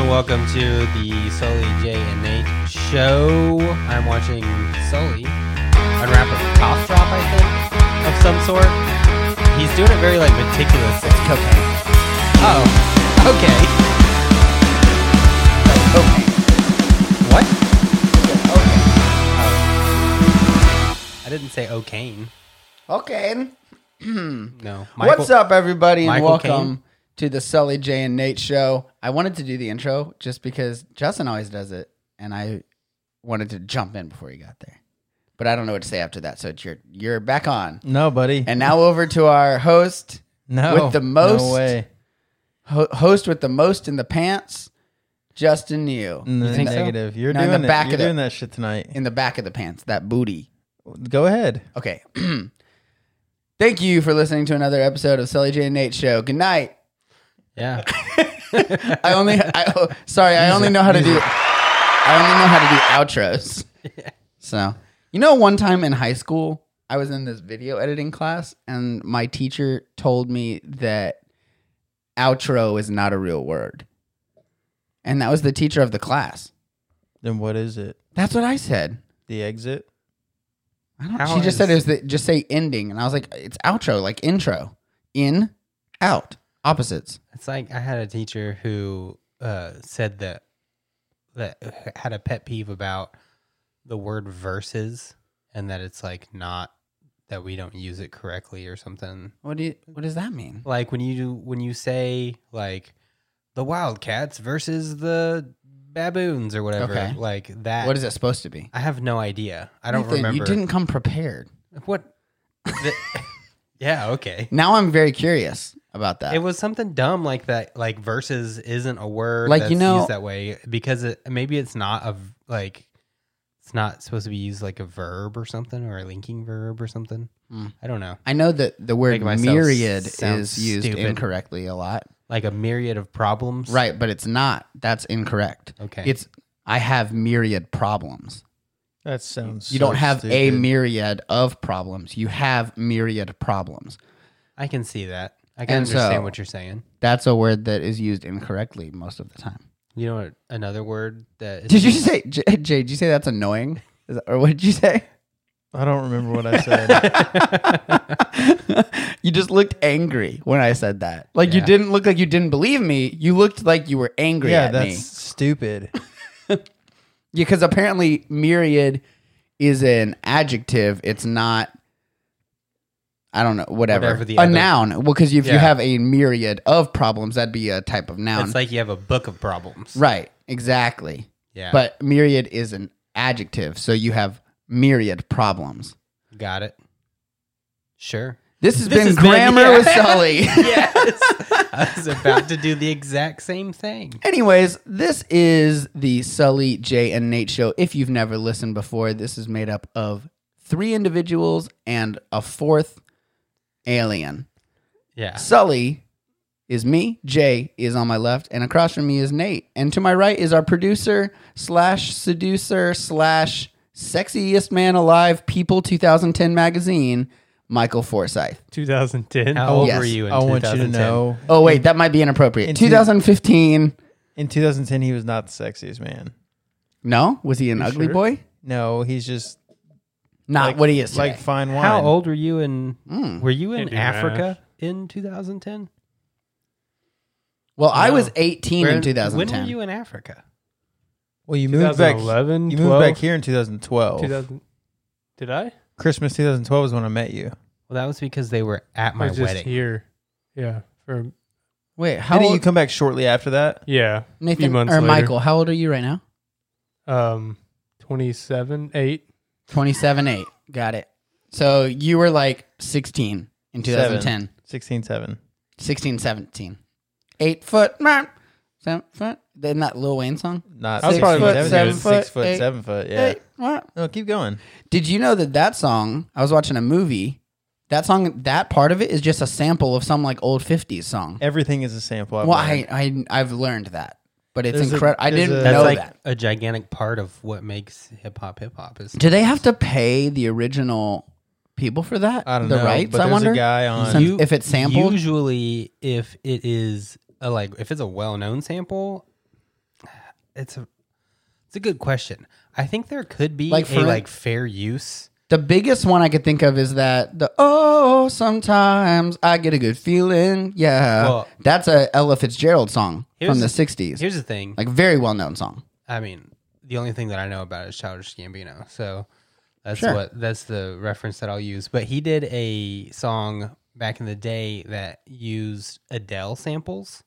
to the Sully, Jay, and Nate show. I'm watching Sully unwrap a cough drop, I think, of some sort. He's doing it very like meticulous. It's cocaine. Oh, okay. What? Oh. I didn't say O'Kane. Okay. No. What's up, everybody, and Michael welcome Caine? to the Sully J and Nate show. I wanted to do the intro just because Justin always does it, and I wanted to jump in before you got there, but I don't know what to say after that. So it's your you're back on, No, buddy. and now over to our host, no, with the most- No way. ho- host with the most in the pants, Justin New. No, You think so? negative. You're No, in doing the it. back of You're the- doing that shit tonight. in the back of the pants, that booty. Go ahead. Okay. Thank you for listening to another episode of Sully J and Nate show. Good night. Yeah. I only, I, oh, sorry, I only know how to do, I only know how to do outros. So, you know, one time in high school, I was in this video editing class, and my teacher told me that outro is not a real word, and that was the teacher of the class. Then what is it? That's what I said. The exit? I don't, How she just said it is- was the, just say ending, and I was like, it's outro, like intro, in, out, opposites. It's like I had a teacher who uh, said that that had a pet peeve about the word versus and that it's like not that we don't use it correctly or something. What do you, what does that mean? Like when you do when you say like the wildcats versus the baboons or whatever, Okay. like that. What is it supposed to be? I have no idea. I don't Nathan, remember. You didn't come prepared. what? the- yeah. Okay. Now I'm very curious about that. It was something dumb like that. Like versus isn't a word Like, that's you know- used that way because it, maybe it's not a v- like it's not supposed to be used like a verb or something or a linking verb or something. Hmm. I don't know. I know that the word Making myself myriad sound is used stupid. incorrectly a lot. Like a myriad of problems. Right, but it's not. That's incorrect. Okay. It's I have myriad problems. That sounds. You so don't have a stupid. myriad of problems. You have myriad problems. I can see that. I can And understand so- what you're saying. That's a word that is used incorrectly most of the time. You know what? Another word that is Did you say J- Jay? Did you say that's annoying? Is that, or what did you say? I don't remember what I said. you just looked angry when I said that. Like you Yeah. didn't look like you didn't believe me. You looked like you were angry yeah, at that's me. stupid. Yeah, because apparently myriad is an adjective. It's not. I don't know. Whatever. Whatever the a other- noun. Well, because if you Yeah. have a myriad of problems, that'd be a type of noun. it's like you have a book of problems. right. Exactly. Yeah. But myriad is an adjective, so you have myriad problems. got it. Sure. This has This been has been- grammar yeah. with Sully. Yes. I was about to do the exact same thing. Anyways, this is the Sully, Jay, and Nate show. If you've never listened before, this is made up of three individuals and a fourth alien. Yeah. Sully is me, Jay is on my left, and across from me is Nate. And to my right is our producer slash seducer slash sexiest man alive, People 2010 magazine, Michael Forsyth. 2010. How old Yes. were you in I want you to 2010? know. Oh, wait, that might be inappropriate. And two- 2015. In 2010, he was not the sexiest man. No? Was he an ugly sure? boy? No, he's just Not like, what he is. Like today. fine wine. How old were you in? Mm. Were you Can't in do Africa in 2010? Well, I No. was 18 Where- in 2010. When were you in Africa? Well, you moved back. You 2011, moved back 12, here in 2012. 2000. Did I? Christmas 2012 is when I met you. Well, that was because they were at my I was just wedding. here. Yeah. For Wait, how Didn't old, you come back shortly after that? yeah. Nathan few months or later. Michael? How old are you right now? Um 27, 8. 27, 8. Got it. So you were like 16 in 2010, 16, 7. 16, 17. Eight foot, meh, seven foot. Then that Lil Wayne song. Not I was six probably foot, seven seven foot, six foot, eight- seven foot. Yeah. Eight, meh. No, keep going. Did you know that that song? I was watching a movie. That song, that part of it is just a sample of some like old 50s song. Everything is a sample. I've Well, learned. I, I I've learned that, but it's There's a- incredible. I there's didn't a- That's know like that. a gigantic part of what makes hip hop hip hop. Is Do they have to pay the original people for that? I don't the know. rights, but I there's wonder. a guy on. Some- if it's sampled? Usually, if it is a, like if it's a well known sample, it's a it's a good question. I think there could be Like, like for- a like fair use. The biggest one I could think of is that the oh sometimes I get a good feeling. Yeah, Well- that's a Ella Fitzgerald song from Here's- the '60s, Here's the thing. like very well known song. I mean, the only thing that I know about is Childish Gambino. So that's Sure. what that's the reference that I'll use. But he did a song back in the day that used Adele samples,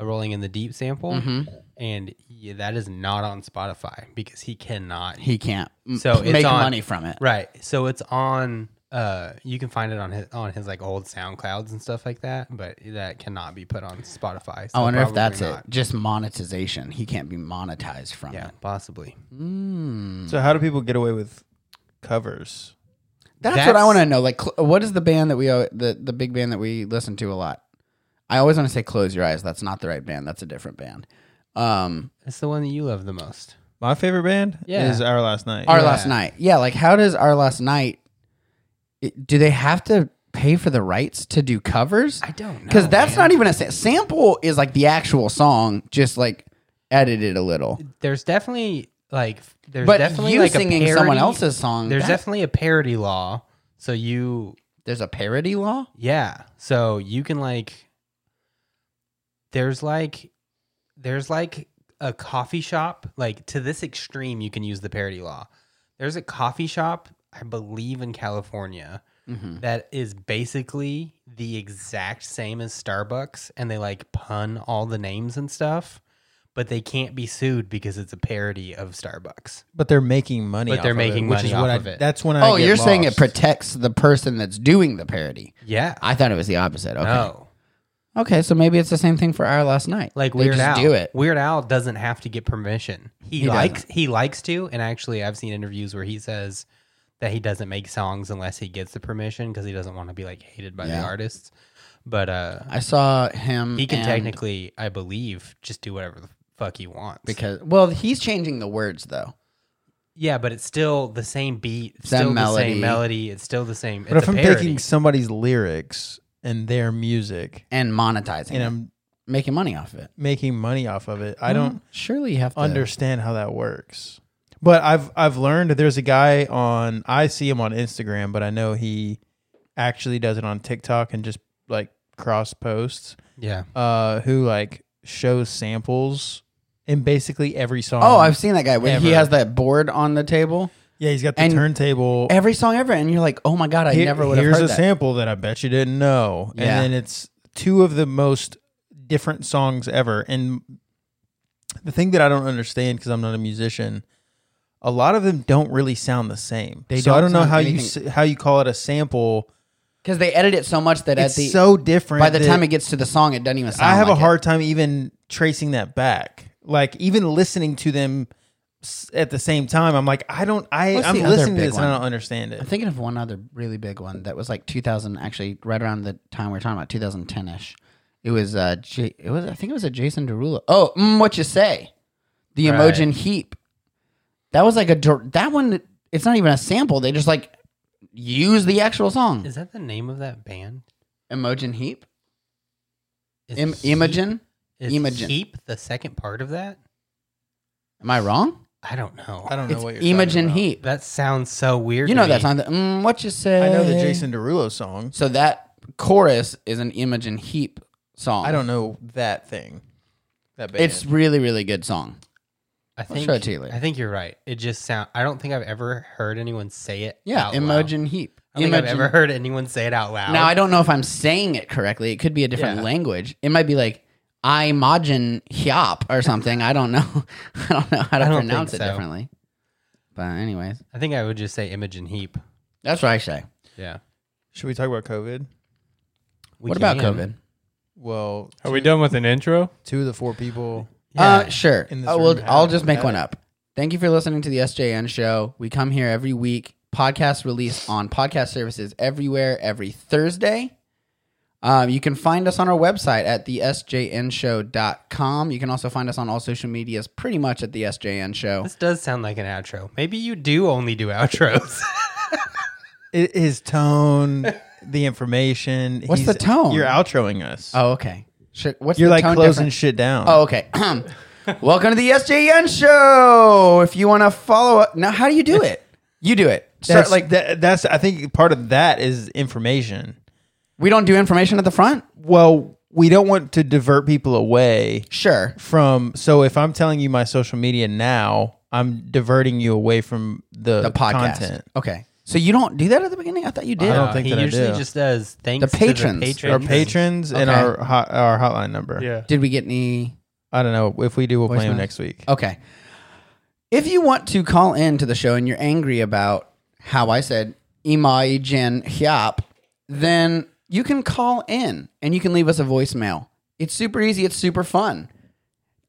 a Rolling in the Deep sample, Mm-hmm. and yeah, that is not on Spotify because he cannot. He can't m- So it's make on- money from it. right. So it's on. Uh, you can find it on his on his like old SoundClouds and stuff like that, but that cannot be put on Spotify. I so wonder if probably that's not. it. Just monetization. He can't be monetized from Yeah, it. possibly. Mm. So how do people get away with covers? That's, what That's- I want to know. Like, cl- what is the band that we al- the the big band that we listen to a lot? I always want to say "Close Your Eyes." That's not the right band. That's a different band. Um, It's the one that you love the most. My favorite band Yeah. is Our Last Night. Our Yeah. Last Night. Yeah, like how does Our Last Night? it- do they have to pay for the rights to do covers? I don't know. Because that's man. not even a sa- sample. Is like the actual song, just like edited a little. there's definitely like f- there's But definitely you like singing a parody, someone else's song. There's that- definitely a parody law. So you there's a parody law. yeah. So you can like there's like there's like a coffee shop like to this extreme you can use the parody law. There's a coffee shop I believe in California Mhm. that is basically the exact same as Starbucks and they like pun all the names and stuff, but they can't be sued because it's a parody of Starbucks. But they're making money. But off they're of making it, which money is what off I, of it. That's when I. Oh, get you're saying it lost. protects the person that's doing the parody. Yeah. I thought it was the opposite. Okay. No. Okay, so maybe it's the same thing for Our Last Night. Like we Weird just Al. do it. Weird Al doesn't have to get permission. He, He likes he likes to, and actually I've seen interviews where he says that he doesn't make songs unless he gets the permission because he doesn't want to be like hated by Yeah. the artists. But uh I saw him. he can and- technically, I believe, just do whatever the fuck he wants. because well, he's changing the words though. yeah, but it's still the same beat, it's Same still the melody. same melody, it's still the same. But it's if a I'm parody. taking somebody's lyrics and their music and monetizing and it, I'm making money off of it. making money off of it, I Hmm. don't Surely you have to understand how that works. But I've I've learned there's a guy on I see him on Instagram, but I know he actually does it on TikTok and just like cross posts. yeah, Uh, who like shows samples in basically every song. Oh, I've seen that guy. When he Ever. has that board on the table, yeah, he's got the and turntable. every song ever, and you're like, oh my god, I Here- never would have here's heard a that. sample that I bet you didn't know. Yeah. And then it's two of the most different songs ever. And the thing that I don't understand because I'm not a musician, a lot of them don't really sound the same. They so I don't don't know sound how anything- you s- how you call it a sample. Because they edit it so much that It's at the so different. by the that time it gets to the song, it doesn't even. sound I have like a it. hard time even tracing that back. Like even listening to them s- at the same time, I'm like, I don't. I What's I'm the other listening to big this and I one? don't understand it. I'm thinking of one other really big one that was like 2000, actually, right around the time we were talking about 2010 ish. It was uh, J- it was I think it was a Jason Derulo. Oh, mm, what you say? The Right. Emojin Heap. That was like a dir- that one. It's not even a sample. They just like use the actual song. is that the name of that band? Emojin Heap. Is Im- Heap- Imogen. is Imogen. Heap the second part of that? Am I wrong? I don't know. I don't know It's what you're Imogen talking Heap. That sounds so weird. You to know me. that song. That, mm, what you say? about. I know the Jason Derulo song. So that chorus is an Imogen Heap song. I don't know that thing. That band. It's really really good song. I I'll think show it to you later. I think you're right. It just sound. I don't think I've ever heard anyone say it. Yeah, out Imogen Loud. Heap. I don't Imogen. think I've ever heard anyone say it out loud. now I don't know if I'm saying it correctly. It could be a different Yeah. language. It might be like Imogen Heap or something. I don't know. I don't know how I to don't pronounce it think so. differently. But anyways, I think I would just say Imogen Heap. that's what I say. Yeah. Should we talk about COVID? We what about can. COVID? Well, Are we done with an intro? two of the four people. Uh, Yeah. sure. In this Oh, well, room, I'll have just it. make Have one it. up. Thank you for listening to the SJN show. We come here every week. Podcast released on podcast services everywhere every Thursday. Um, you can find us on our website at thesjnshow.com. You can also find us on all social medias pretty much at the SJN show. This does sound like an outro. Maybe you do only do outros. It, his tone, the information. What's he's- the tone? You're outroing us. Oh, okay. Should, what's you're the like tone closing difference? shit down. Oh, okay. Welcome to the SJN show. If you want to follow up, now how do you do it? You do it. Start That's, like like that, that's I think part of that is information. we don't do information at the front. Well, we don't want to divert people away Sure. from. So if I'm telling you my social media now, I'm diverting you away from the, The podcast. content. Okay. So you don't do that at the beginning? I thought you did. I don't think he that I usually do. just does thanks The patrons. to the Our patrons. patrons and Okay. our hot, our hotline number. Yeah. Did we get any I don't know if we do. We'll play them Voicemails? next week. Okay. If you want to call in to the show and you're angry about how I said Imai Jen Hyap, then you can call in and you can leave us a voicemail. It's super easy, it's super fun.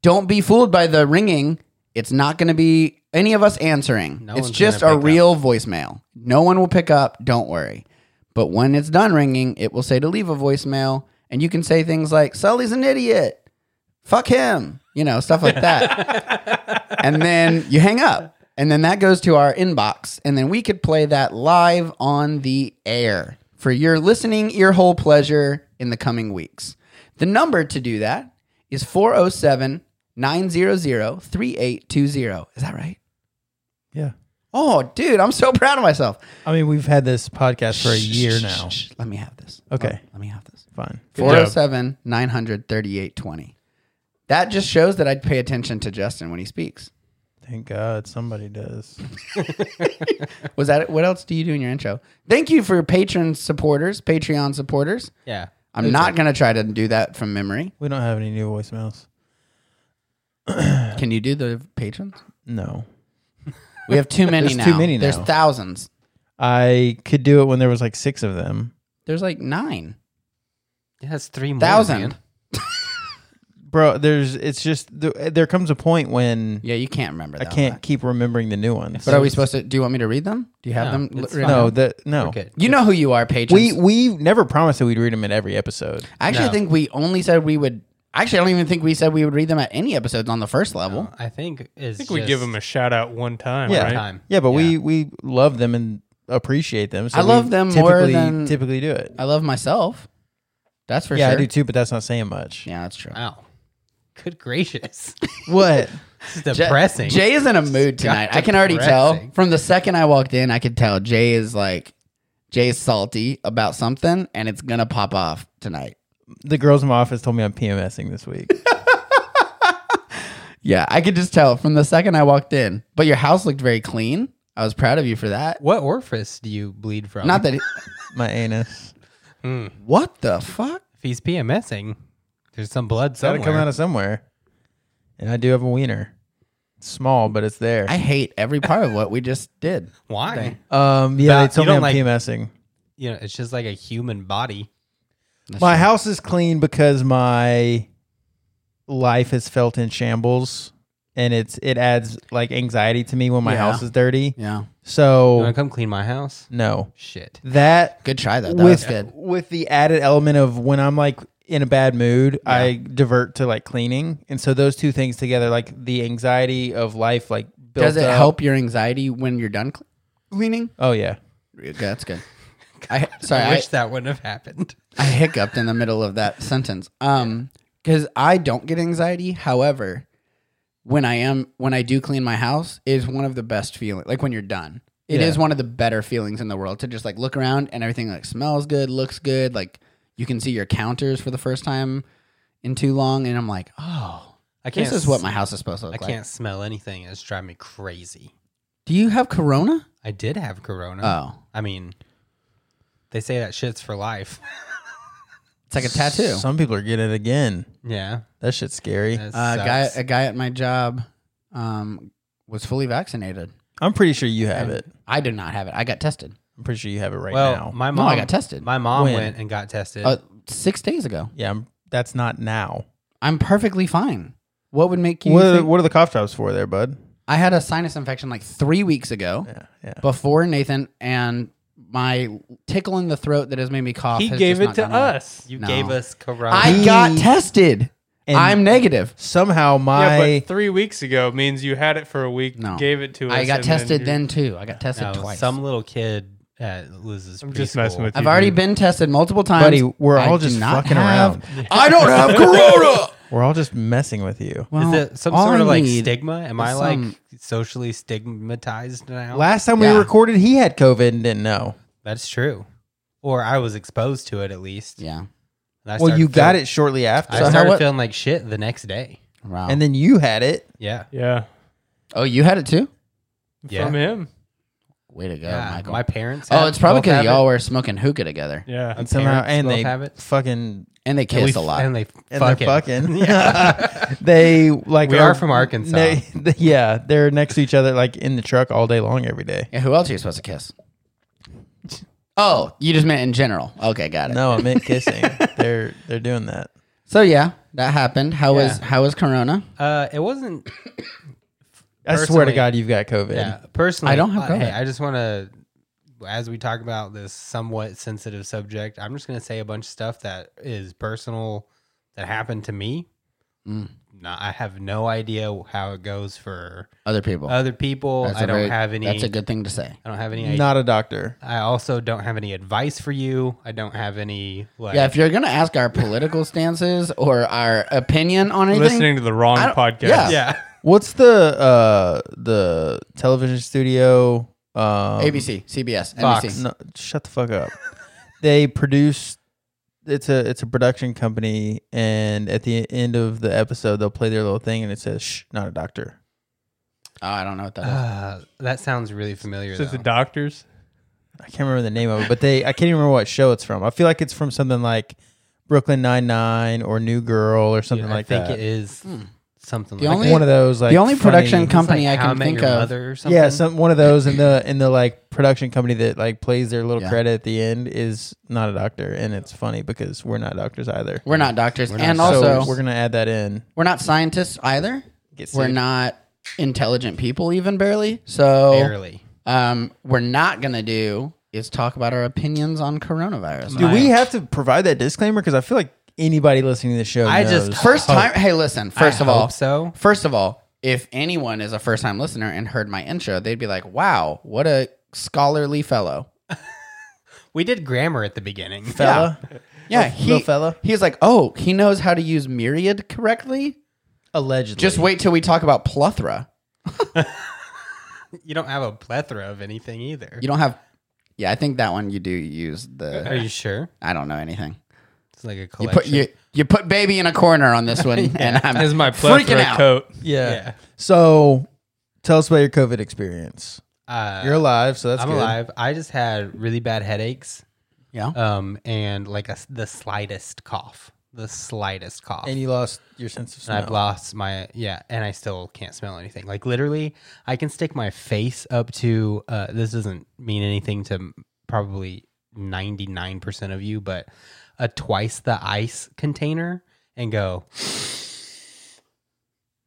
Don't be fooled by the ringing. It's not going to be any of us answering. No it's one's just gonna a pick real voicemail. No one will pick up. Don't worry. But when it's done ringing, it will say to leave a voicemail. And you can say things like, Sully's an idiot fuck him, you know, stuff like that. and then you hang up. And then that goes to our inbox. And then we could play that live on the air for your listening ear hole pleasure in the coming weeks. The number to do that is 407 900 3820. Is that right? Yeah. Oh, dude, I'm so proud of myself. I mean, we've had this podcast for a year Shh, now. shh, shh. Let me have this. Okay. Let me have this. Fine. 407 900 3820. That just shows that I'd pay attention to Justin when he speaks. Thank God somebody does. Was that it? What else do you do in your intro? Thank you for your patron supporters, Patreon supporters. Yeah. I'm not going to try to do that from memory. We don't have any new voicemails. Can you do the patrons? No. We have too many There's now. too many There's now. thousands. I could do it when there was like six of them. There's like nine It has three more, man. thousand. Bro, there's it's just th- there comes a point when Yeah, you can't remember. I That can't keep remembering the new ones. But are we supposed to? Do you want me to read them? Do you have No, them? it's written No, down? that no. We're good. You know who you are, patrons. We we never promised that we'd read them in every episode. I actually No. think we only said we would. Actually, I don't even think we said we would read them at any episodes on the first level. Well, I think is I think we give him a shout out one time, Yeah. right? time. Yeah, but we we love them and appreciate them. So I love we them more typically, than- typically do it. I love myself. That's for yeah, sure. I do too, but that's not saying much. Yeah, that's true. Wow. Good gracious. What? This is Jay- depressing. Jay is in a mood tonight. I can already tell depressing. from the second I walked in. I could tell Jay is like Jay is salty about something, and it's gonna pop off tonight. the girls in my office told me I'm PMSing this week. Yeah, I could just tell from the second I walked in. But your house looked very clean. I was proud of you for that. what orifice do you bleed from? Not that. It, my anus. what the fuck? if he's PMSing, there's some blood Gotta somewhere. come out of somewhere. And I do have a wiener. It's small, but it's there. I hate every part of what we just did. Why? um, yeah, But they told you me don't I'm like- PMSing. You know, it's just like a human body. My house is clean because my life is felt in shambles, and it's it adds like anxiety to me when my Yeah. house is dirty. Yeah, You want So to come clean my house? no, Shit. that good try though. That was with good. with the added element of when I'm like in a bad mood, I divert to like cleaning, and so those two things together, like the anxiety of life, like built Does it up. help your anxiety when you're done cle- cleaning? Oh yeah, Okay, that's good. I sorry. I I, wish that wouldn't have happened. I hiccuped in the middle of that sentence. Um, because I don't get anxiety. However, when I am when I do clean my house, it is one of the best feelings. Like when you're done, it is Yeah. one of the better feelings in the world to just like look around and everything like smells good, looks good. Like you can see your counters for the first time in too long, and I'm like, oh, I can't. this is what my house is supposed to look I like. can't smell anything. It's driving me crazy. Do you have corona? I did have corona. Oh, I mean, they say that shit's for life. it's like a tattoo. Some people are getting it again. yeah. That shit's scary. that Uh, a guy, sucks. a guy at my job, um, was fully vaccinated. I'm pretty sure you have it. I did not have it. I got tested. I'm pretty sure you have it right well, now. my No, mom I got tested. My mom When? went and got tested. uh, six days ago. yeah, I'm, that's not now. I'm perfectly fine. What would make you? What are, think- what are the cough drops for there, bud? I had a sinus infection like three weeks ago Yeah, yeah. before Nathan, and my tickle in the throat that has made me cough. He has gave just it not to gone away. us. you no. gave us corona. I He- got tested. And I'm negative. somehow yeah, my but three weeks ago means you had it for a week, No. gave it to us. I got and tested you- then, too. I got tested No, twice. Some little kid uh, loses. I'm just messing preschool. with you. I've already been tested multiple times. buddy, we're I all do just not fucking have- around. I don't have corona. We're all just messing with you. Well, is it some all sort I of like need- stigma? Am I is like some- socially stigmatized now? Last time Yeah. we recorded, he had COVID and didn't know. That's true. Or I was exposed to it at least. Yeah. And I well, started you got feeling- it shortly after, I So how started what- feeling like shit the next day. Wow. and then you had it. Yeah. Yeah. oh, you had it too. Yeah. From him. Way to go, yeah. Michael. My parents. oh, have- it's probably both have because it. y'all were smoking hookah together, Yeah. I'm And somehow, parents and both they have it. fucking and they And we kiss a f- lot. And they and fucking. they're fucking. they like We are from Arkansas. ne- yeah, they're next to each other, like in the truck all day long, every day. yeah, who else are you supposed to kiss? Oh, you just meant in general. Okay, got it. No, I meant kissing. they're they're doing that. So yeah, that happened. How was Yeah. how was Corona? Uh, it wasn't. I swear to Personally- God, you've got COVID. Yeah. Personally, I don't have uh, hey, COVID. I just want to, as we talk about this somewhat sensitive subject, I'm just going to say a bunch of stuff that is personal that happened to me. Mm. No, I have no idea how it goes for Other people. other people. That's I a don't very- have any. That's a good thing to say. I don't have any. Not a doctor. I also don't have any advice for you. I don't have any. Like, Yeah, if you're gonna ask our political stances or our opinion on anything, Listening to the wrong I don't- podcast. yeah. yeah. What's the uh the television studio? Um, ABC, CBS, Fox. NBC. No, shut the fuck up. they produce. It's a it's a production company, and at the end of the episode, they'll play their little thing, and it says, "Shh, not a doctor." Oh, I don't know what that is. Uh, that sounds really familiar. It's just the though. doctors. I can't remember the name of it, but they I can't even remember what show it's from. I feel like it's from something like Brooklyn Nine Nine or New Girl or something Yeah, like I think that. it is something. Hmm. The like only- that. one of those like the only production funny- It's company like I How can Met think Your of. Mother or something. Yeah, some one of those in the in the like production company that like plays their little Yeah. credit at the end is not a doctor, and it's funny because we're not doctors either. We're not doctors, We're not and doctors. also so we're gonna add that in. we're not scientists either. Get We're sued. not intelligent people, even barely. So, barely. um, we're not gonna do is talk about our opinions on coronavirus. Do we have to provide that disclaimer? Because I feel like anybody listening to the show, I just- knows. First time. Hey, listen. First I of all, hope so First of all, if anyone is a first time listener and heard my intro, they'd be like, wow, what a scholarly fellow. we did grammar at the beginning. fella, Oh, Yeah, Little- he, little fella. he's like, oh, he knows how to use myriad correctly. allegedly, Just wait till we talk about plethora. You don't have a plethora of anything either. You don't have, yeah, I think that one you do use Are the, you sure? I don't know anything. It's like a You collection. put, you, you put baby in a corner on this one, and I'm This is my freaking plethora out. coat. yeah. Yeah. So, tell us about your COVID experience. uh, You're alive, so that's I'm good. alive. I just had really bad headaches, Yeah. um, and like a s the slightest cough, the slightest cough, and you lost your sense of And smell. I've lost my yeah, and I still can't smell anything. Like literally, I can stick my face up to. Uh, this doesn't mean anything to m- probably ninety nine percent of you, but a twice the ice container and go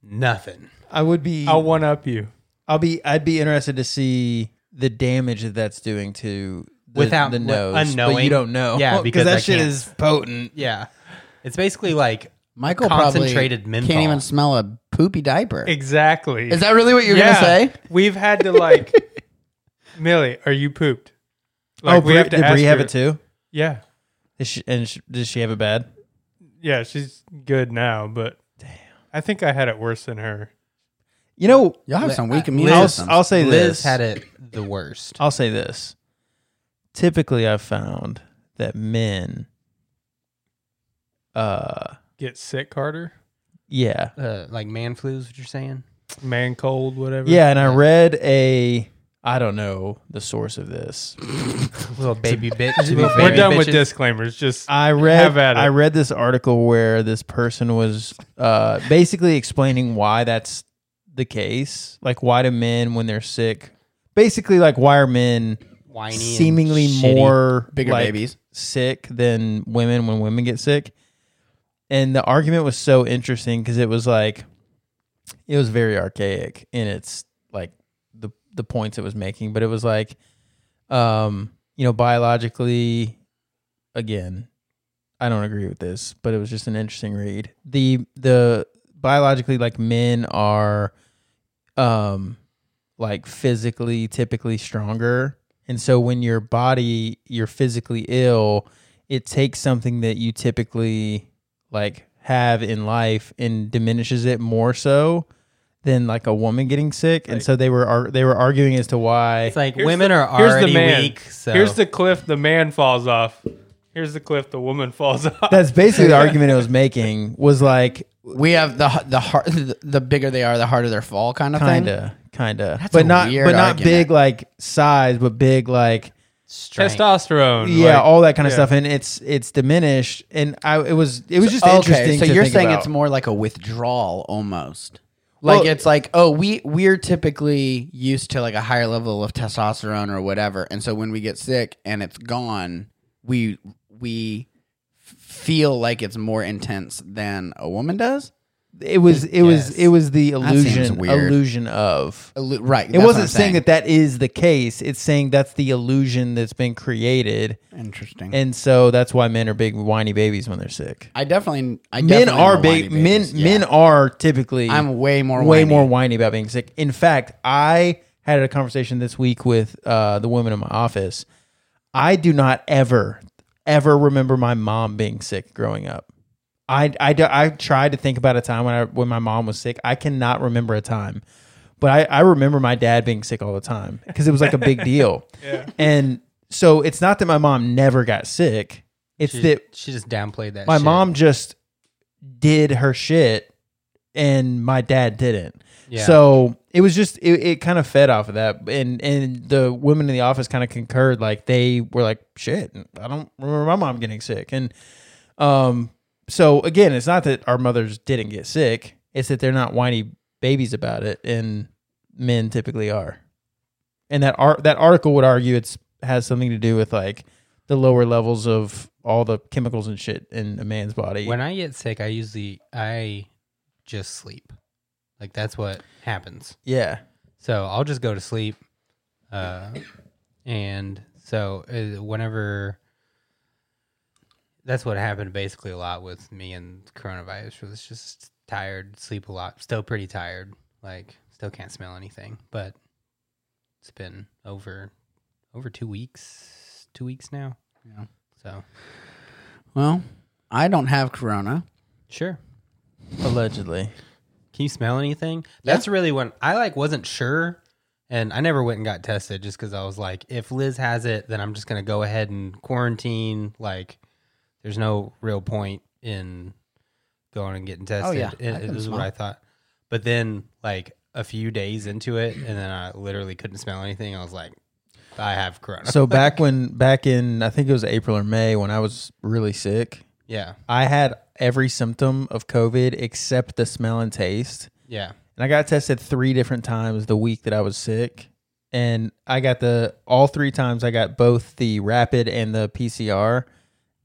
nothing. I would be. I'll one up you. I'll be. I'd be interested to see the damage that that's doing to the, Without- the with- nose, But you unknowing. don't know, Yeah, because that I shit can't. is potent. Yeah, it's basically like Michael Concentrated probably menthol. can't even smell a poopy diaper. Exactly. Is that really what you're going to say? We've had to like, Millie, are you pooped? oh, Bri- did Brie have her- it too? Yeah, Is she, and sh does she have it bad? yeah, she's good now, but damn, I think I had it worse than her. You know, Y'all have Li- some uh, weak immune Liz- I'll, systems. I'll say Liz this. had it the worst. I'll say this. Typically, I've found that men, uh, Get sick, Carter. yeah, Uh, like man flus, what you're saying? Man cold, whatever. yeah, and I read a, I don't know the source of this. Little baby bitch. We're We're baby done with bitches. disclaimers. Just I read, Have at it. I read this article where this person was, uh, basically explaining why that's the case, like why do men when they're sick, basically like why are men Whiny and seemingly shitty. more Bigger like, babies. sick than women when women get sick. And the argument was so interesting because it was like it was very archaic in its like the the points it was making, but it was like um, you know, biologically again, I don't agree with this, but it was just an interesting read. The the biologically like men are um like physically typically stronger. And so when your body you're physically ill, it takes something that you typically like have in life and diminishes it more so than like a woman getting sick. and so they were ar- they were arguing as to why. It's like Here's women the- are here's the already man. weak. So Here's the cliff the man falls off. Here's the cliff the woman falls off. that's basically the argument I was making was like We have the h- the har- the the bigger they are, the harder their fall kind of thing. kinda kinda, a but not weird but not argument. big like size, but big like strength. testosterone. yeah, like- all that kind of yeah. stuff, and it's it's diminished. And I it was it was just Okay, interesting. so to you're think saying about. it's more like a withdrawal almost. Like Well- it's like, oh, we we're typically used to like a higher level of testosterone or whatever, and so when we get sick and it's gone, we we f- feel like it's more intense than a woman does. it was Yes. it was it was the seems illusion weird. illusion of Allu- Right. it wasn't saying, that that is the case it's saying that's the illusion that's been created that. Interesting. and so that's why men are big whiny babies when they're sick I definitely. I men definitely are know whiny big men babies, yeah. men are typically I'm way more. way whiny. more whiny about being sick. In fact, I had a conversation this week with uh, the women in my office. I do not ever, ever remember my mom being sick growing up. I, I, do- I tried to think about a time when I when my mom was sick. I cannot remember a time, but I, I remember my dad being sick all the time because it was like a big deal. And so it's not that my mom never got sick. It's She, that she just downplayed that. my shit. mom just did her shit and my dad didn't Yeah. so it was just it, it kind of fed off of that and and the women in the office kind of concurred like they were like shit i don't remember my mom getting sick and um so again it's not that our mothers didn't get sick it's that they're not whiny babies about it and men typically are and that art that article would argue it's has something to do with like the lower levels of all the chemicals and shit in a man's body. when I get sick, I usually I just sleep. Like that's what happens. yeah, So I'll just go to sleep. Uh, and so uh, whenever that's what happened basically a lot with me and coronavirus was just tired, sleep a lot, still pretty tired, like still can't smell anything, but it's been over over 2 weeks, 2 weeks now. Yeah. So, Well, I don't have corona. sure. allegedly. Can you smell anything? That's really when I like wasn't sure, and I never went and got tested just because I was like, if Liz has it, then I'm just gonna go ahead and quarantine. Like, there's no real point in going and getting tested. yeah. It- I it couldn't was what smell. I thought. But then, like a few days into it, and then I literally couldn't smell anything. I was like, I have corona. So back when back in I think it was April or May when I was really sick, yeah, I had every symptom of COVID except the smell and taste. yeah, And I got tested 3 different times the week that I was sick. And I got the all three times I got both the rapid and the PCR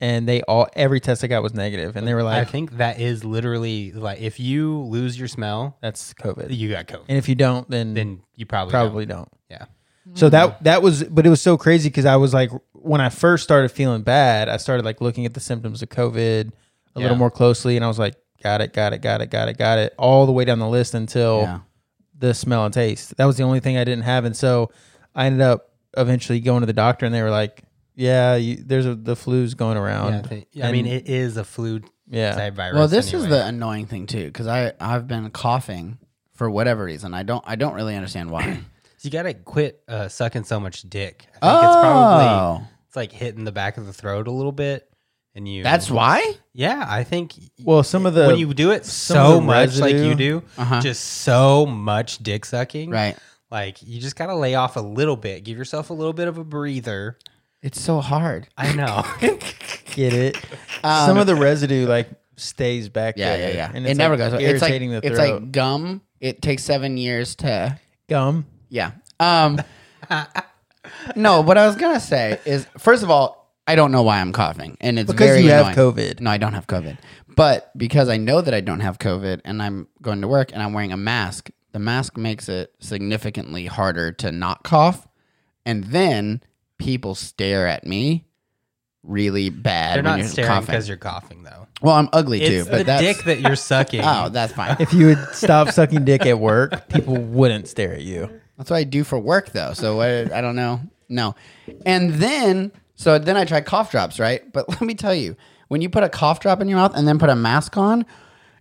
and they all every test I got was negative and they were I like think that is literally like if you lose your smell, that's COVID. you got COVID. and if you don't then Then you probably don't. probably don't. yeah. So that Mm. that was, but it was so crazy because I was like, when I first started feeling bad, I started like looking at the symptoms of COVID a Yeah. little more closely, and I was like, got it, got it, got it, got it, got it, all the way down the list until Yeah. the smell and taste. That was the only thing I didn't have, and so I ended up eventually going to the doctor, and they were like, yeah, you, there's a, the flu's going around. Yeah, I, think- I mean, And- it is a flu yeah, type virus. Well, this is anyway. the annoying thing too, because I I've been coughing for whatever reason. I don't I don't really understand why. you gotta quit uh, sucking so much dick. I think it's probably Oh, it's like hitting the back of the throat a little bit, and you. that's why. yeah. I think Well, some of the when you do it some of so the much like residue- you do, Uh-huh. just so much dick sucking, Right. Like you just gotta lay off a little bit, give yourself a little bit of a breather. It's so hard. I know. get it, Um, some of the residue like stays back. Yeah, yeah, there, yeah. and it it's, never like, goes. away. It's like Irritating the it's throat. like gum. It takes seven years to. gum. Yeah. Um. no, what I was gonna say is, first of all, I don't know why I'm coughing, and it's Because very you have annoying. COVID. No, I don't have COVID, but because I know that I don't have COVID, and I'm going to work, and I'm wearing a mask. The mask makes it significantly harder to not cough, and then people stare at me really bad. They're when not you're staring coughing. because you're coughing though. well, I'm ugly too, It's but the that's dick that you're sucking. oh, that's fine. If you would stop sucking dick at work, people wouldn't stare at you. That's what I do for work, though. So what, I don't know. No. And then, so then I tried cough drops, right? But let me tell you, when you put a cough drop in your mouth and then put a mask on,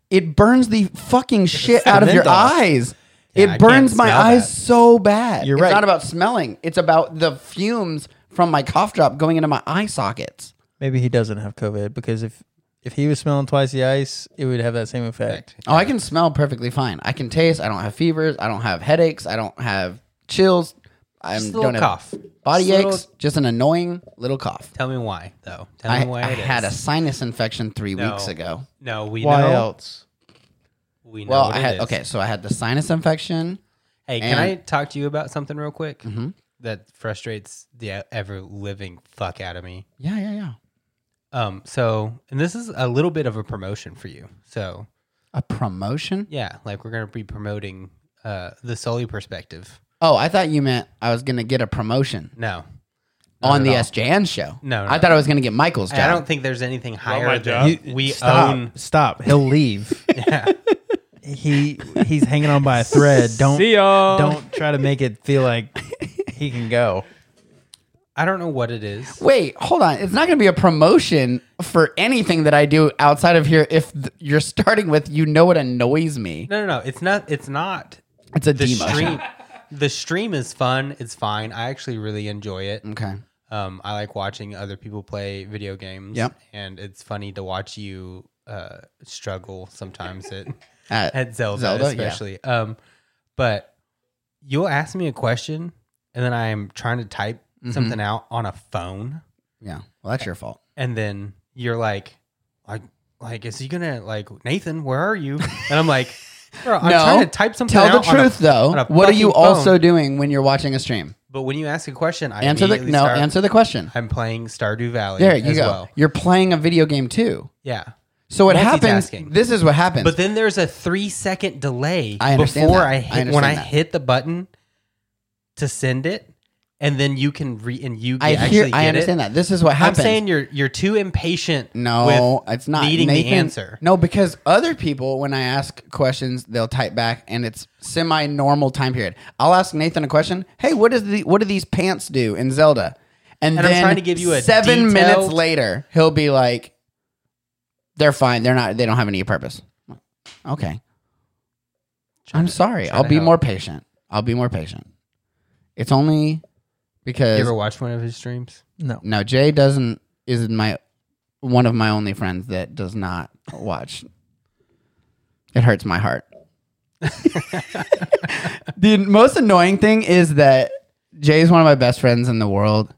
it burns the fucking shit out of your menthol. eyes. Yeah, I it can't burns my smell eyes that. so bad. You're it's right. not about smelling. It's about the fumes from my cough drop going into my eye sockets. Maybe he doesn't have COVID because if if he was smelling twice the ice, it would have that same effect. Oh, I can smell perfectly fine. I can taste. I don't have fevers. I don't have headaches. I don't have chills. I Just a don't little have cough. body Just a little- aches. Just an annoying little cough. Tell me why, though. Tell I, me why I it had a is. sinus infection three No. weeks ago. No, we Why know. else? We know. Well, what I it had is. okay, so I had the sinus infection. Hey, can and- Mm-hmm. I talk to you about something real quick that frustrates the ever living fuck out of me? Yeah, yeah, yeah. Um, so, and this is a little bit of a promotion for you. So, A promotion? yeah, like we're gonna be promoting uh the Sully perspective. Oh, I thought you meant I was gonna get a promotion No, on at the all. SJN show. No, no, I thought I was gonna get Michael's job. I don't think there's anything higher my than job? we stop, own. Stop. He'll leave. Yeah. he he's hanging on by a thread. Don't See y'all. don't try to make it feel like he can go. I don't know what it is. Wait, hold on. It's not gonna be a promotion for anything that I do outside of here. If th- you're starting with, you know what annoys me. No, no, no. It's not. It's not It's a the demotion. stream. the stream is fun. It's fine. I actually really enjoy it. Okay. Um, I like watching other people play video games. Yep. And it's funny to watch you uh, struggle sometimes at, At at Zelda, Zelda, yeah. especially. Um, but you'll ask me a question, and then I'm trying to type Mm-hmm. something out on a phone, Yeah. Well, that's your fault. and then you're like, like, like, is he gonna like Nathan? Where are you? And I'm like, bro, I'm No. trying to type something. Tell the out on a- on truth, though. a What are you fucking phone. also doing when you're watching a stream? But when you ask a question, I Answer the immediately no. start- Answer the question. I'm playing Stardew Valley. There you as go. Well. You're playing a video game too. Yeah. So what happens? Multitasking. This is what happens. But then there's a three second delay I understand before that. I I hit when I understand that. hit the button to send it, and then you can re and you I actually hear. get I understand it. that. This is what I'm happens. saying you're you're too impatient. no, with it's not needing the Nathan- answer. No, because other people, when I ask questions, they'll type back, and it's semi-normal time period. I'll ask Nathan a question. Hey, what is the what do these pants do in Zelda? And, And I'm then trying to give you a seven detailed- minutes later, he'll be like, "They're fine. They're not. They don't have any purpose." Okay. I'm sorry. try I'll to be help. more patient. I'll be more patient. It's only You because ever watch one of his streams? No. no, Jay doesn't is my one of my only friends that does not watch. It hurts my heart. the most annoying thing is that Jay is one of my best friends in the world,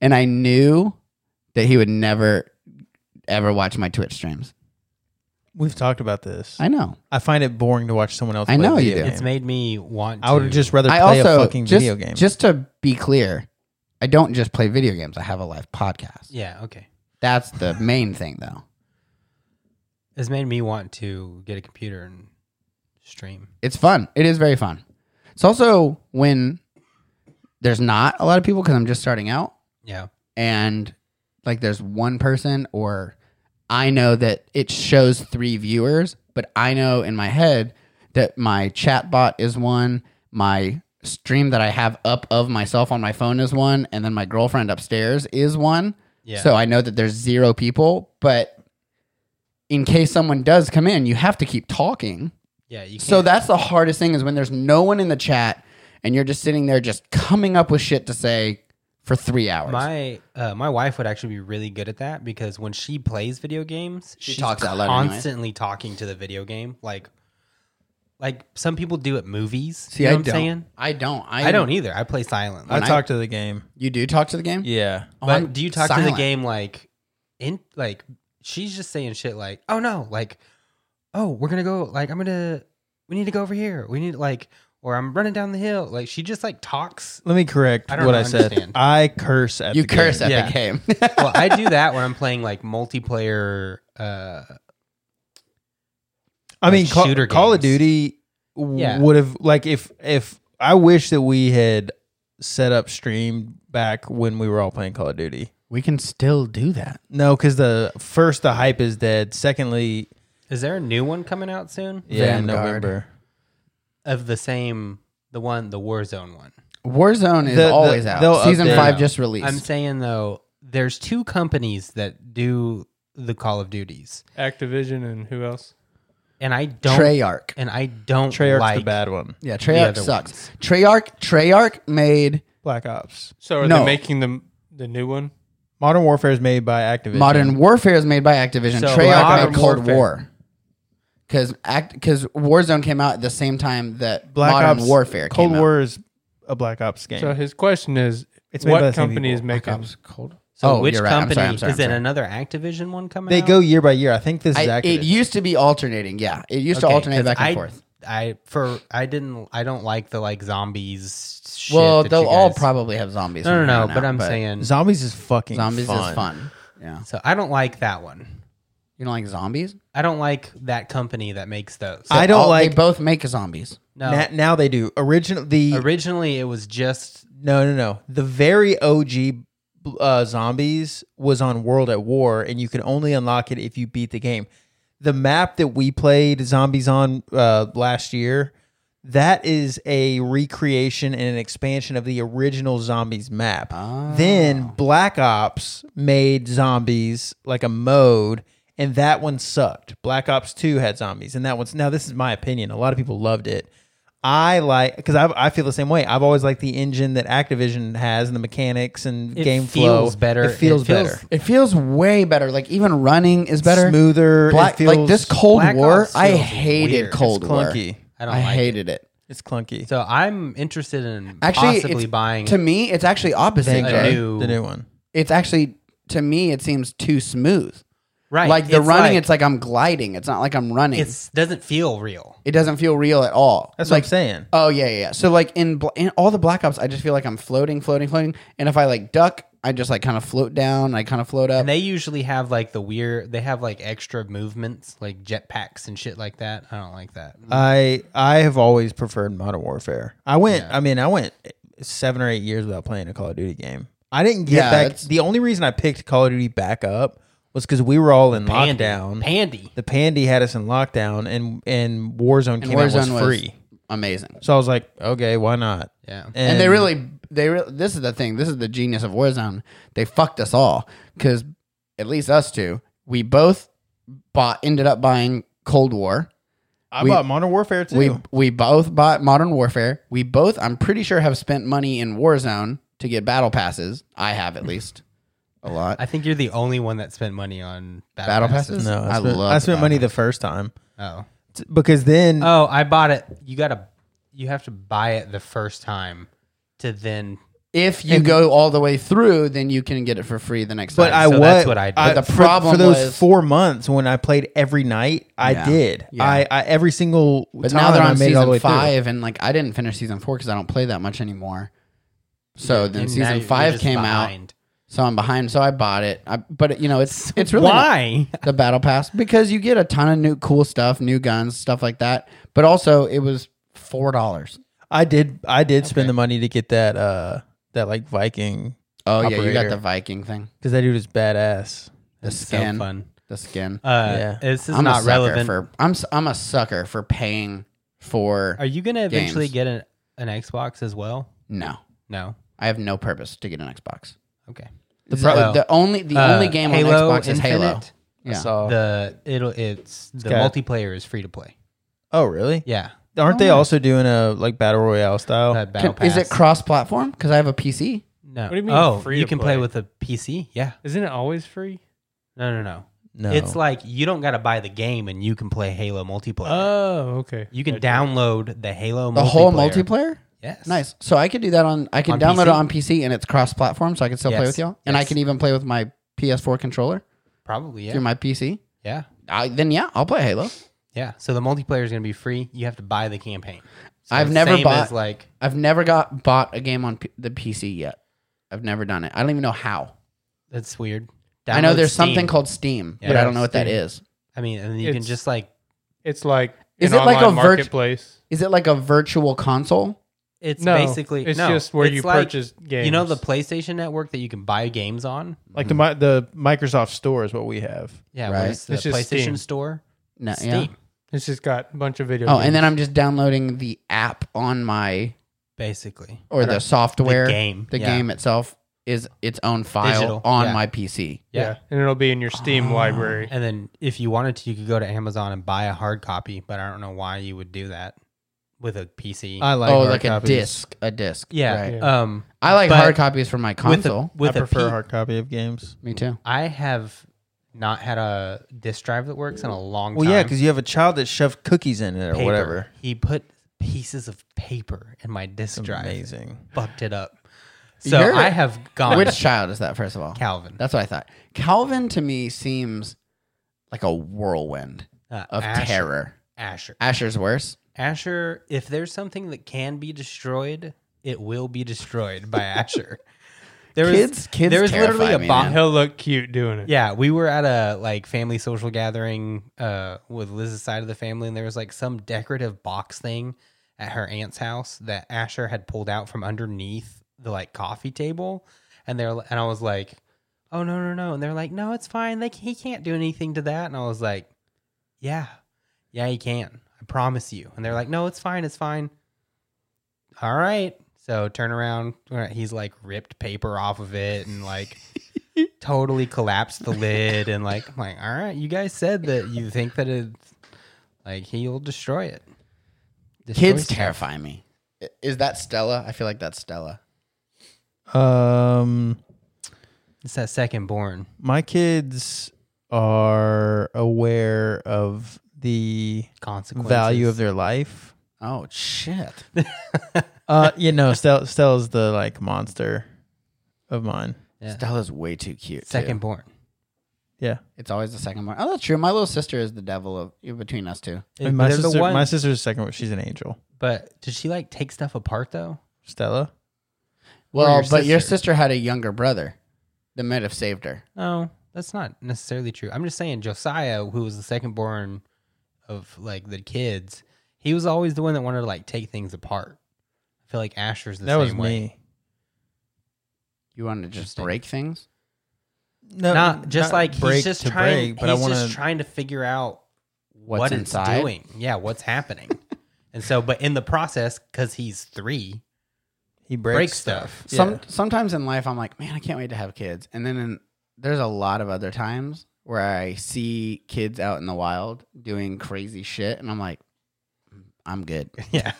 and I knew that he would never ever watch my Twitch streams. We've talked about this. I, I know. find it boring to watch someone else. I play know you video do. games. It's made me want. To, I would have just rather play I also a fucking just, video game. Just to be clear, I don't just play video games. I have a live podcast. Yeah. Okay. That's the main thing, though. It's made me want to get a computer and stream. It's fun. It is very fun. It's also when there's not a lot of people because I'm just starting out, Yeah. and like there's one person, or I know that it shows three viewers, but I know in my head that my chat bot is one, my stream that I have up of myself on my phone is one, and then my girlfriend upstairs is one. Yeah. So I know that there's zero people, but in case someone does come in, you have to keep talking. Yeah. You So can't- that's the hardest thing is when there's no one in the chat and you're just sitting there just coming up with shit to say for three hours. My uh, my wife would actually be really good at that because when she plays video games, She she's talks out loud anyway. constantly talking to the video game. Like, like some people do at movies. See, you know I what I'm don't. saying? I don't. I, I don't either. I play silently. I I- talked to the game. You do talk to the game? Yeah. Oh, but I'm do you talk to silent. the game like in like she's just saying shit like, oh no, like oh we're gonna go like I'm gonna we need to go over here. We need like or I'm running down the hill. Like she just like talks. Let me correct I don't what I said. understand. I curse at You the curse game. at the game. well, I do that when I'm playing like multiplayer. uh I mean, like Call, shooter Call of games. Duty Yeah. would have like if if I wish that we had set up stream back when we were all playing Call of Duty. we can still do that. No, because the first the hype is dead. Secondly, Is there a new one coming out soon? yeah, in Vanguard. November. of the same the one the Warzone one. Warzone is The- the- always they'll out. Season update- five just released. I'm saying though, there's two companies that do the Call of Duties, Activision and who else? and I don't Treyarch. and I don't Treyarch's like the bad one. Yeah, the Treyarch other sucks. ones. Treyarch Treyarch made Black Ops. So are No. they making the the new one? Modern Warfare is made by Activision. Modern Warfare is made by Activision. So, Treyarch Modern made Cold Warfare. War. Because because Warzone came out at the same time that Black Modern Ops Warfare came Cold out. War is a Black Ops game. So his question is, It's made by the what same company people. is making? Cold. So oh, which you're right. I'm company sorry, I'm sorry, is I'm it? sorry. Another Activision one coming? they out? go year by year. I think this is I, Activision. it used to be alternating. Yeah, it used to Okay, alternate 'cause back and I- forth. I for I didn't I don't like the like zombies. Shit Well, that they'll you all guys- probably have zombies. No, running no, no. around But now, I'm saying zombies is fucking zombies fun. is fun. Yeah, so I don't like that one. you don't like zombies? I don't like that company that makes those. I don't All- like. They both make zombies. no, na- now they do. Original the originally it was just no no no the very OG uh, zombies was on World at War, and you could only unlock it if you beat the game. The map that we played zombies on uh, last year, that is a recreation and an expansion of the original zombies map. Then Black Ops made zombies like a mode, and that one sucked. Black Ops Two had zombies, and that one's now this is my opinion. A lot of people loved it. I like because I I feel the same way. I've always liked the engine that Activision has and the mechanics and It game feels flow. better. It feels It feels better. It feels way better. Like even running is better. smoother. Black, it feels like this Cold Black War, Ops I feels hated weird. It's Cold War. clunky. I don't I like hated it. It's clunky. So I'm interested in Actually, possibly it's- buying To me, it's actually opposite. Thank a you. Jay. new- the new one. It's actually to me, it seems too smooth. right. Like the it's running, it's like I'm gliding. It's not like I'm running. it's doesn't feel real. it doesn't feel real at all. That's like what I'm saying. Oh yeah, yeah. yeah. So like in, Bla- in all the Black Ops, I just feel like I'm floating, floating, floating. And if I like duck, I just like kind of float down. I kind of float up. And they usually have like the weird. They have like extra movements, like jetpacks and shit like that. I don't like that. I I have always preferred Modern Warfare. I went. I mean, I went seven or eight years without playing a Call of Duty game. I didn't get Yeah, back. it's- The only reason I picked Call of Duty back up was because we were all in Pandy. lockdown. Pandy. the Pandy had us in lockdown, and and Warzone came out Warzone was was- free. Amazing. So I was like, okay, why not? Yeah. And, they really, they re- this is the thing. This is the genius of Warzone. They fucked us all because, at least us two, we both bought, ended up buying Cold War. I we- bought Modern Warfare too. We we both bought Modern Warfare. We both, I'm pretty sure, have spent money in Warzone to get battle passes. I have at least a lot. I think you're the only one that spent money on battle battle, passes. passes. no, I, spent, I spent battle money the first time Oh. T- because then Oh, I bought it. You gotta. You have to buy it the first time to then. If you go all the way through, then you can get it for free the next But time. I So was that's what I did. But the for- problem for, those was- four months when I played every night, I Yeah. did. I, I every single But time now they're on I made it all the season way through. five, and like I didn't finish season four because I don't play that much anymore. So then and now season you're five just came out, behind. so I'm behind. So I bought it, I, but you know it's it's really not- why. the battle pass because you get a ton of new cool stuff, new guns, stuff like that. But also it was four dollars. I did. I did spend the money to get that uh that like Viking Oh yeah, you got Operator. the Viking thing, because that dude is badass. the So skin, fun. the skin. Uh, Yeah. This is I'm a not sucker relevant. for I'm s- I'm a sucker for paying for Are you gonna eventually games. get an, an Xbox as well? no. No. I have no purpose to get an Xbox. Okay. The, So- pro- the only the Uh, only game Halo on Xbox is Halo. Oh. Infinite, Yeah. So, The it'll it's the got- multiplayer is free to play. oh really? Yeah. Aren't they also doing a like battle royale style? That battle Oh. Can- is it Pass. cross platform? Because I have a PC. no. What do you mean Oh, free you to can play? play? with a PC. Yeah. Isn't it always free? No, no, no. no, It's like you don't got to buy the game and you can play Halo multiplayer. Oh, okay. you can Gotcha. download the Halo The multiplayer. whole multiplayer. Yes. Nice. So I could do that on. I can On download it PC? on PC and it's cross platform, so I can still play Yes. with y'all, and I Yes. can even play with my PS4 controller Probably. Yeah. through my PC. yeah. I, then yeah, I'll play Halo. Yeah. So the multiplayer is going to be free. You have to buy the campaign. So I've never same bought- as, like I've never got bought a game on P- the PC yet. I've never done it. I don't even know how. that's weird. I know Download there's something Steam. called Steam, but Yeah, I don't know what that Steam. is. I mean, and you can It's- just like It's like Is an it like online a virt- marketplace? Is it like a virtual console? it's No, basically it's no, just where it's you like- purchase games. You know the PlayStation Network that you can buy games on. like the mi- the Microsoft Store is what we have. Yeah, Right. where's the It's just PlayStation Steam. Store? No, Steam. yeah. it's just got a bunch of video. Oh, games. and then I'm just downloading the app on my basically. or the software, game, the yeah. game itself is its own file Digital, on yeah. my PC. Yeah. and it'll be in your Ah. Steam library. And then if you wanted to, you could go to Amazon and buy a hard copy, but I don't know why you would do that with a PC. I like oh, hard like copies. a disc, a disc. Uh, yeah. right. Yeah. Um, I like But hard copies for my console. With a, with a I prefer P- a hard copy of games. Me too. I have not had a disk drive that works in a long Well, time. yeah, because you have a child that shoved cookies in it or Paper. whatever. He put pieces of paper in my disk It's drive. amazing. Fucked it up. So You're- I have gone Which child is that? First of all, Calvin. That's what I thought. Calvin to me seems like a whirlwind Uh, of Asher- terror. Asher. Asher's worse. Asher, if there's something that can be destroyed, it will be destroyed by Asher. There was- Kids- kids there was literally terrify a me, box. man. He'll look cute doing it. Yeah, we were at a like family social gathering uh, with Liz's side of the family, and there was like some decorative box thing at her aunt's house that Asher had pulled out from underneath the like coffee table, and they're and I was like, "Oh no, no, no!" And they're like, "No, it's fine. Like he can't do anything to that." And I was like, "Yeah, yeah, he can. I promise you." And they're like, "No, it's fine. It's fine." All right. So turn around. He's like ripped paper off of it and like totally collapsed the lid and like I'm like, all right, you guys said that you think that it's like he'll destroy it. Destroy Kids stuff. terrify me. I- Is that Stella? I feel like that's Stella. Um, It's that second born. my kids are aware of the Consequences. value of their life. Oh shit! Uh, you know, Stella, Stella's the like monster of mine. Yeah. Stella's way too cute. second Second, born. Yeah, it's always the second one. Oh, that's true. My little sister is the devil of you're between us two. and my They're the sister, one- my sister's second. one, She's an angel. but did she like take stuff apart though? Stella. Or Well, your but your sister. sister had a younger brother that might have saved her. No, that's not necessarily true. I'm just saying Josiah, who was the second born of like the kids, he was always the one that wanted to like take things apart. I feel like Asher's the that same was way. me. You want to just Interesting. break things? No, not just like he's break just to trying. break, but he's I want just to. trying to figure out What's what inside? it's doing. Yeah, what's happening. and so, but in the process, because he's three, He breaks breaks stuff. Some sometimes in life I'm like, man, I can't wait to have kids. And then in, there's a lot of other times where I see kids out in the wild doing crazy shit, and I'm like, "Mm, I'm good. Yeah,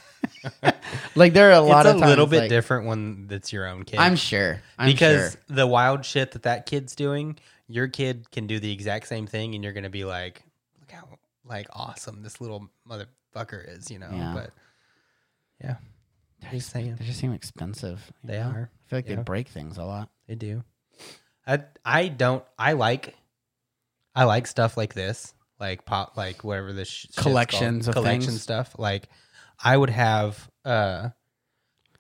Like there are a lot it's a of times, little bit like, different when it's your own kid. I'm sure. I'm because sure. the wild shit that that kid's doing, your kid can do the exact same thing, and you're gonna be like, look how like awesome this little motherfucker is, you know? Yeah. But yeah, They're just saying they just seem expensive. you they know? are. I feel like yeah. they break things a lot. They do. I I don't. I like. I like stuff like this, like pop, like whatever this sh- shit's called. Collections of collection things. stuff. Like, I would have. uh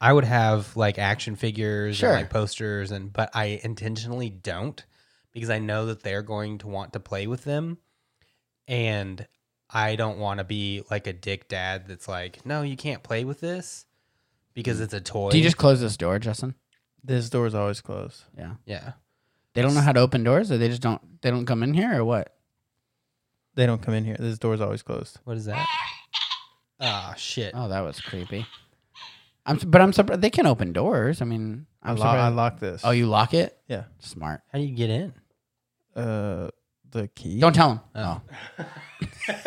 I would have like action figures Sure. and like posters and but I intentionally don't because I know that they're going to want to play with them and I don't want to be like a dick dad that's like no you can't play with this because it's a toy. Mm. Do you just close this door, Justin? This door's always closed. yeah. They don't know how to open doors, or they just don't. They don't come in here, or what? They don't come in here. This door's always closed. What is that? Ah, shit. Oh, that was creepy. I'm, su- but I'm surprised they can open doors. I mean, I, I'm lo- I surprised. locked this. oh, you lock it? Yeah. Smart. How do you get in? Uh, the key. Don't tell them. Oh.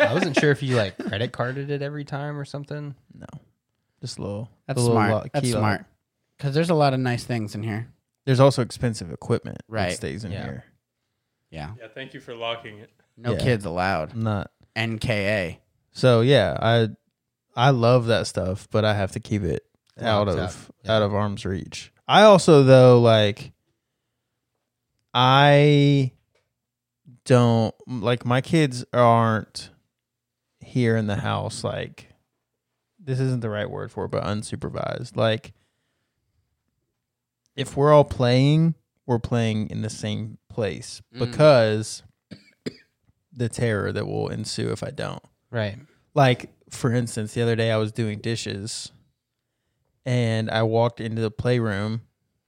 I wasn't sure if you like credit carded it every time or something. no. Just little. That's the little smart. lock- That's key lock. smart. Because there's a lot of nice things in here. There's also expensive equipment. Right. That stays in Yeah. here. Yeah. Yeah, thank you for locking it. No Yeah. kids allowed. I'm not. NKA. So yeah, I I love that stuff, but I have to keep it out Locked of up, yeah. out of arm's reach. I also though like I don't like my kids aren't here in the house like this isn't the right word for it, but unsupervised. Like if we're all playing, we're playing in the same place Mm. because the terror that will ensue if I don't Right. like for instance the other day i was doing dishes and i walked into the playroom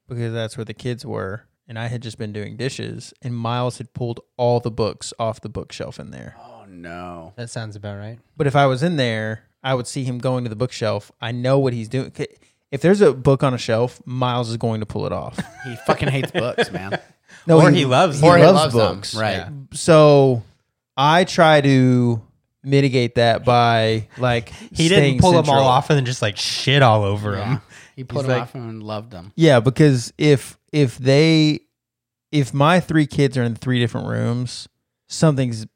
because that's where the kids were and i had just been doing dishes and miles had pulled all the books off the bookshelf in there Oh, no. That sounds about right. but if i was in there i would see him going to the bookshelf i know what he's doing C- If there's a book on a shelf, Miles is going to pull it off. He fucking hates books, man. No, Or he loves he them. Or he loves loves, them, books. right? Yeah. So I try to mitigate that by like He didn't staying pull them central. all off and then just like shit all over Yeah. them. He put He's them like- off and loved them. Yeah, because if if they if my three kids are in three different rooms, something's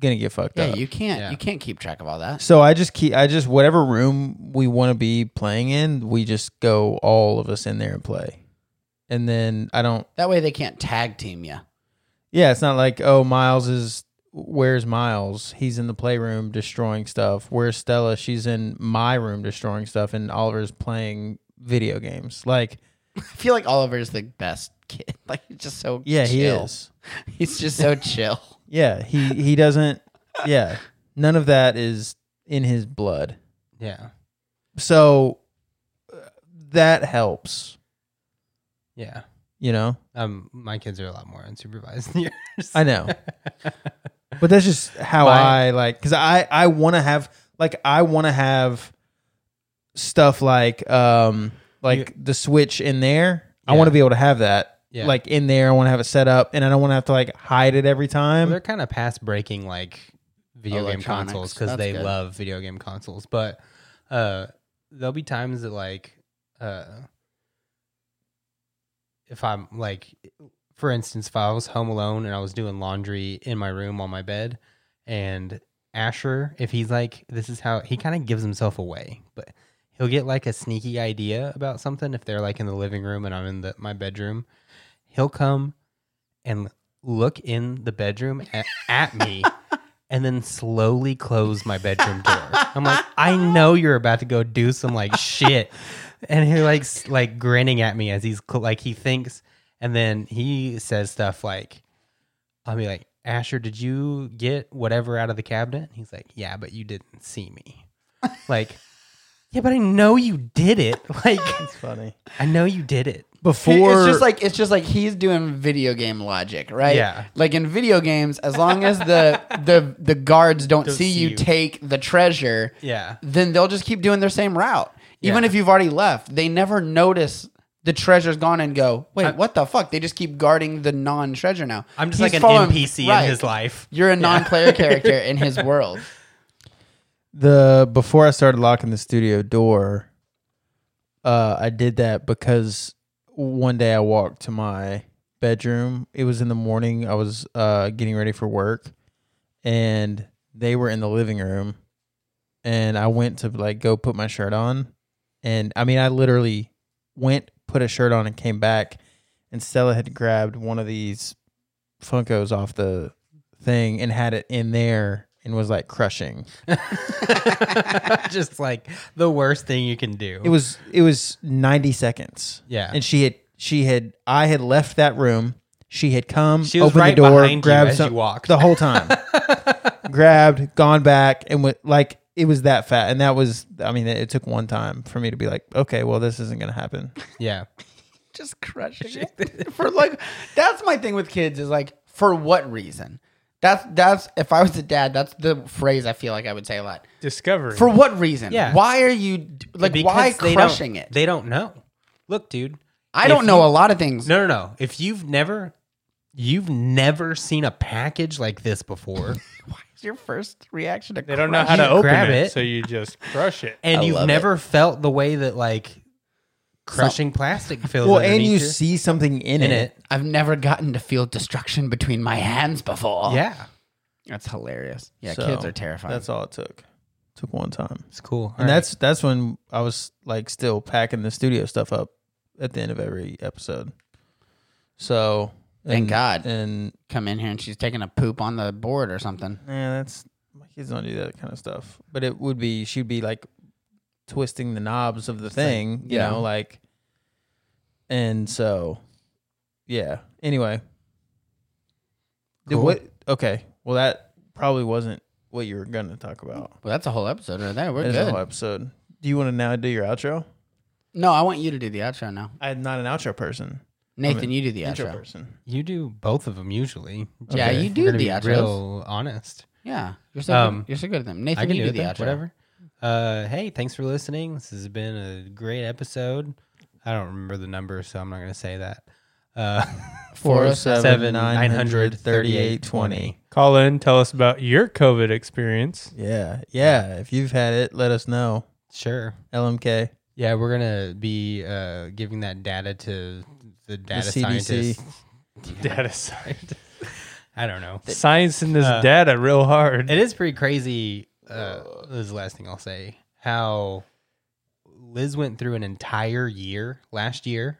gonna get fucked Yeah, up. you can't. Yeah. You can't keep track of all that. so I just keep I just whatever room we want to be playing in, we just go all of us in there and play. And then I don't That way they can't tag team you. Yeah, it's not like, oh, Miles is where's Miles? He's in the playroom destroying stuff. Where's Stella? She's in my room destroying stuff and Oliver's playing video games. Like, I feel like Oliver's the best kid. Like he's just so yeah, he chill. is. He's just so chill. Yeah, he he doesn't yeah. None of that is in his blood. Yeah. So uh, that helps, Yeah. you know. Um, my kids are a lot more unsupervised than yours. I know. but that's just how My- I like because I I want to have like I want to have stuff like um like the switch in there. I want Yeah. to be able to have that Yeah. like in there. I want to have it set up, and I don't want to have to like hide it every Well, time. they're kind of past breaking like video game Electronics. consoles because That's they good. love video game consoles. But uh, there'll be times that like uh, if I'm like, for instance, if I was home alone and I was doing laundry in my room on my bed, and Asher, if he's like, this is how he kind of gives himself away, but he'll get like a sneaky idea about something if they're like in the living room and I'm in the, my bedroom. He'll come and look in the bedroom at, at me and then slowly close my bedroom door. I'm like, I know you're about to go do some like shit. And he like s- like grinning at me as he's cl- like he thinks and then he says stuff like I'll be like, "Asher, did you get whatever out of the cabinet?" And he's like, "Yeah, but you didn't see me." Like, "Yeah, but I know you did it." Like, funny. I know you did it. Before it's just like it's just like he's doing video game logic, right? Yeah. Like in video games, as long as the the the guards don't, see, see you you. take the treasure, Yeah. then they'll just keep doing their same route. Even Yeah. if you've already left, they never notice the treasure's gone and go. Wait, I'm- what the fuck? They just keep guarding the non-treasure now. I'm just He's like an following- NPC right. in his life. You're a non-player character in his world. the before I started locking the studio door, uh, I did that because one day I walked to my bedroom. It was in the morning. I was uh, getting ready for work, and they were in the living room, and I went to like go put my shirt on, and I mean I literally went put a shirt on and came back, and Stella had grabbed one of these Funkos off the thing and had it in there and was like crushing. just like the worst thing you can do. It was it was 90 seconds. Yeah. And she had she had I had left that room. She had come, She was opened right the door, behind you grabbed as some- you walked. the whole time. grabbed, gone back and went like it was that fat and that was I mean it, it took one time for me to be like, okay, well this isn't going to happen. yeah. just crushing it for like that's my thing with kids is like for what reason that's that's if i was a dad that's the phrase i feel like i would say a lot Discovery. for what reason Yeah. why are you d- like why Because they crushing don't- it They don't know. Look, dude. i don't if know you- a lot of things No, no, no. If you've never you've never seen a package like this before It's your first reaction to they don't know how to you open grab it, it. so you just crush it. and I you've love never felt the way that like crushing plastic feels Well, and underneath you your- see something in, in it. it. i've never gotten to feel destruction between my hands before Yeah. that's hilarious yeah So, kids are terrifying That's all it took. Took one time. It's cool. and that's that's when I was like still packing the studio stuff up at the end of every episode. So Thank and- God. And come in here and she's taking a poop on the board or something yeah, that's my kids don't do that kind of stuff. But it would be she'd be like twisting the knobs of the thing, you yeah. know, like. And so, yeah. Anyway, Did Cool. what? Okay, well that probably wasn't what you were gonna talk about. well that's a whole episode right there we're That's the good whole episode. Do you want to now do your outro? no i want you to do the outro now I'm not an outro person. nathan you do the Intro outro person. you do both of them usually. Yeah, Okay. you If do we're gonna the be outros. real honest. Yeah, you're so Um, good. you're so good at them. Nathan, I can you do, do, it the then, outro. Whatever. Uh, hey, thanks for listening. This has been a great episode. I don't remember the number, so I'm not going to say that. Uh, 407 900 38 20. Call in, tell us about your COVID experience. Yeah. Yeah. If you've had it, let us know. sure. LMK. Yeah, we're gonna be uh, giving that data to the data CDC. scientists. Data science. I don't know. Science in this data real hard. It is pretty crazy. Uh, this is the last thing I'll say. How Liz went through an entire year last year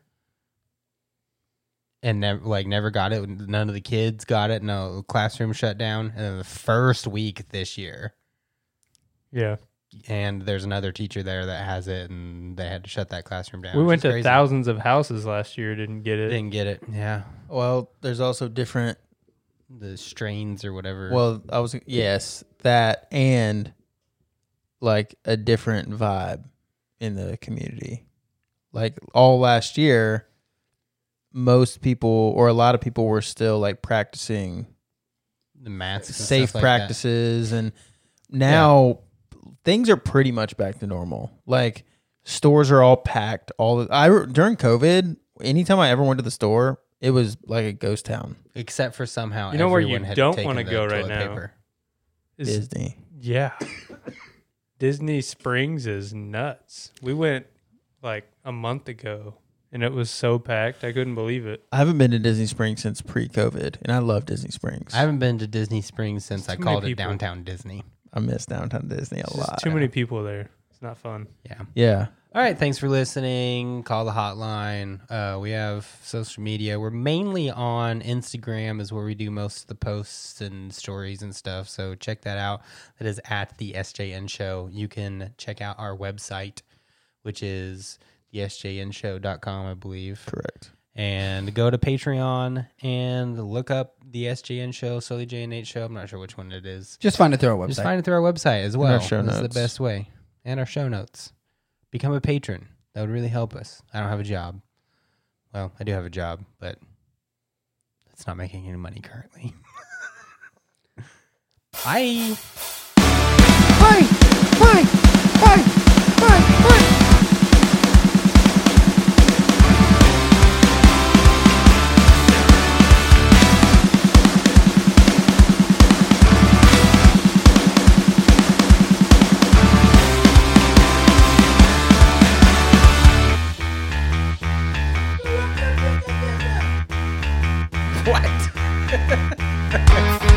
and never like never got it. None of the kids got it. No classroom shut down. And then the first week this year, yeah. and there's another teacher there that has it, and they had to shut that classroom down. We which went is to crazy. thousands of houses last year, didn't get it. Didn't get it. Yeah, Well, there's also different. the strains or whatever. Well, I was, yes, that and like a different vibe in the community. Like all last year, most people or a lot of people were still like practicing the masks, and stuff safe like that. practices and now things are pretty much back to normal like stores are all packed all the, i re- during covid anytime i ever went to the store it was like a ghost town Except for somehow, You know where you everyone had don't taken wanna the go right toilet now? paper. Is- disney yeah. Disney Springs is nuts. We went like a month ago and it was so packed. I couldn't believe it. i haven't been to disney springs since pre-covid and i love disney springs I haven't been to Disney Springs since I too many called it people. downtown Disney. i miss downtown disney a It's just lot too many people there. It's not fun. Yeah. yeah All right. Thanks for listening. Call the hotline. Uh, we have social media. We're mainly on Instagram, is where we do most of the posts and stories and stuff. So check that out. That is at the SJN Show. You can check out our website, which is thesjnshow.com, I believe. correct and go to Patreon and look up the SJN show, Sully J and H show. I'm not sure which one it is. Just find it through our website. Just find it through our website as well. show That's notes. the best way. And our show notes. Become a patron. That would really help us. I don't have a job. Well, I do have a job, but it's not making any money currently. Bye. Bye, bye, bye, bye, bye. What?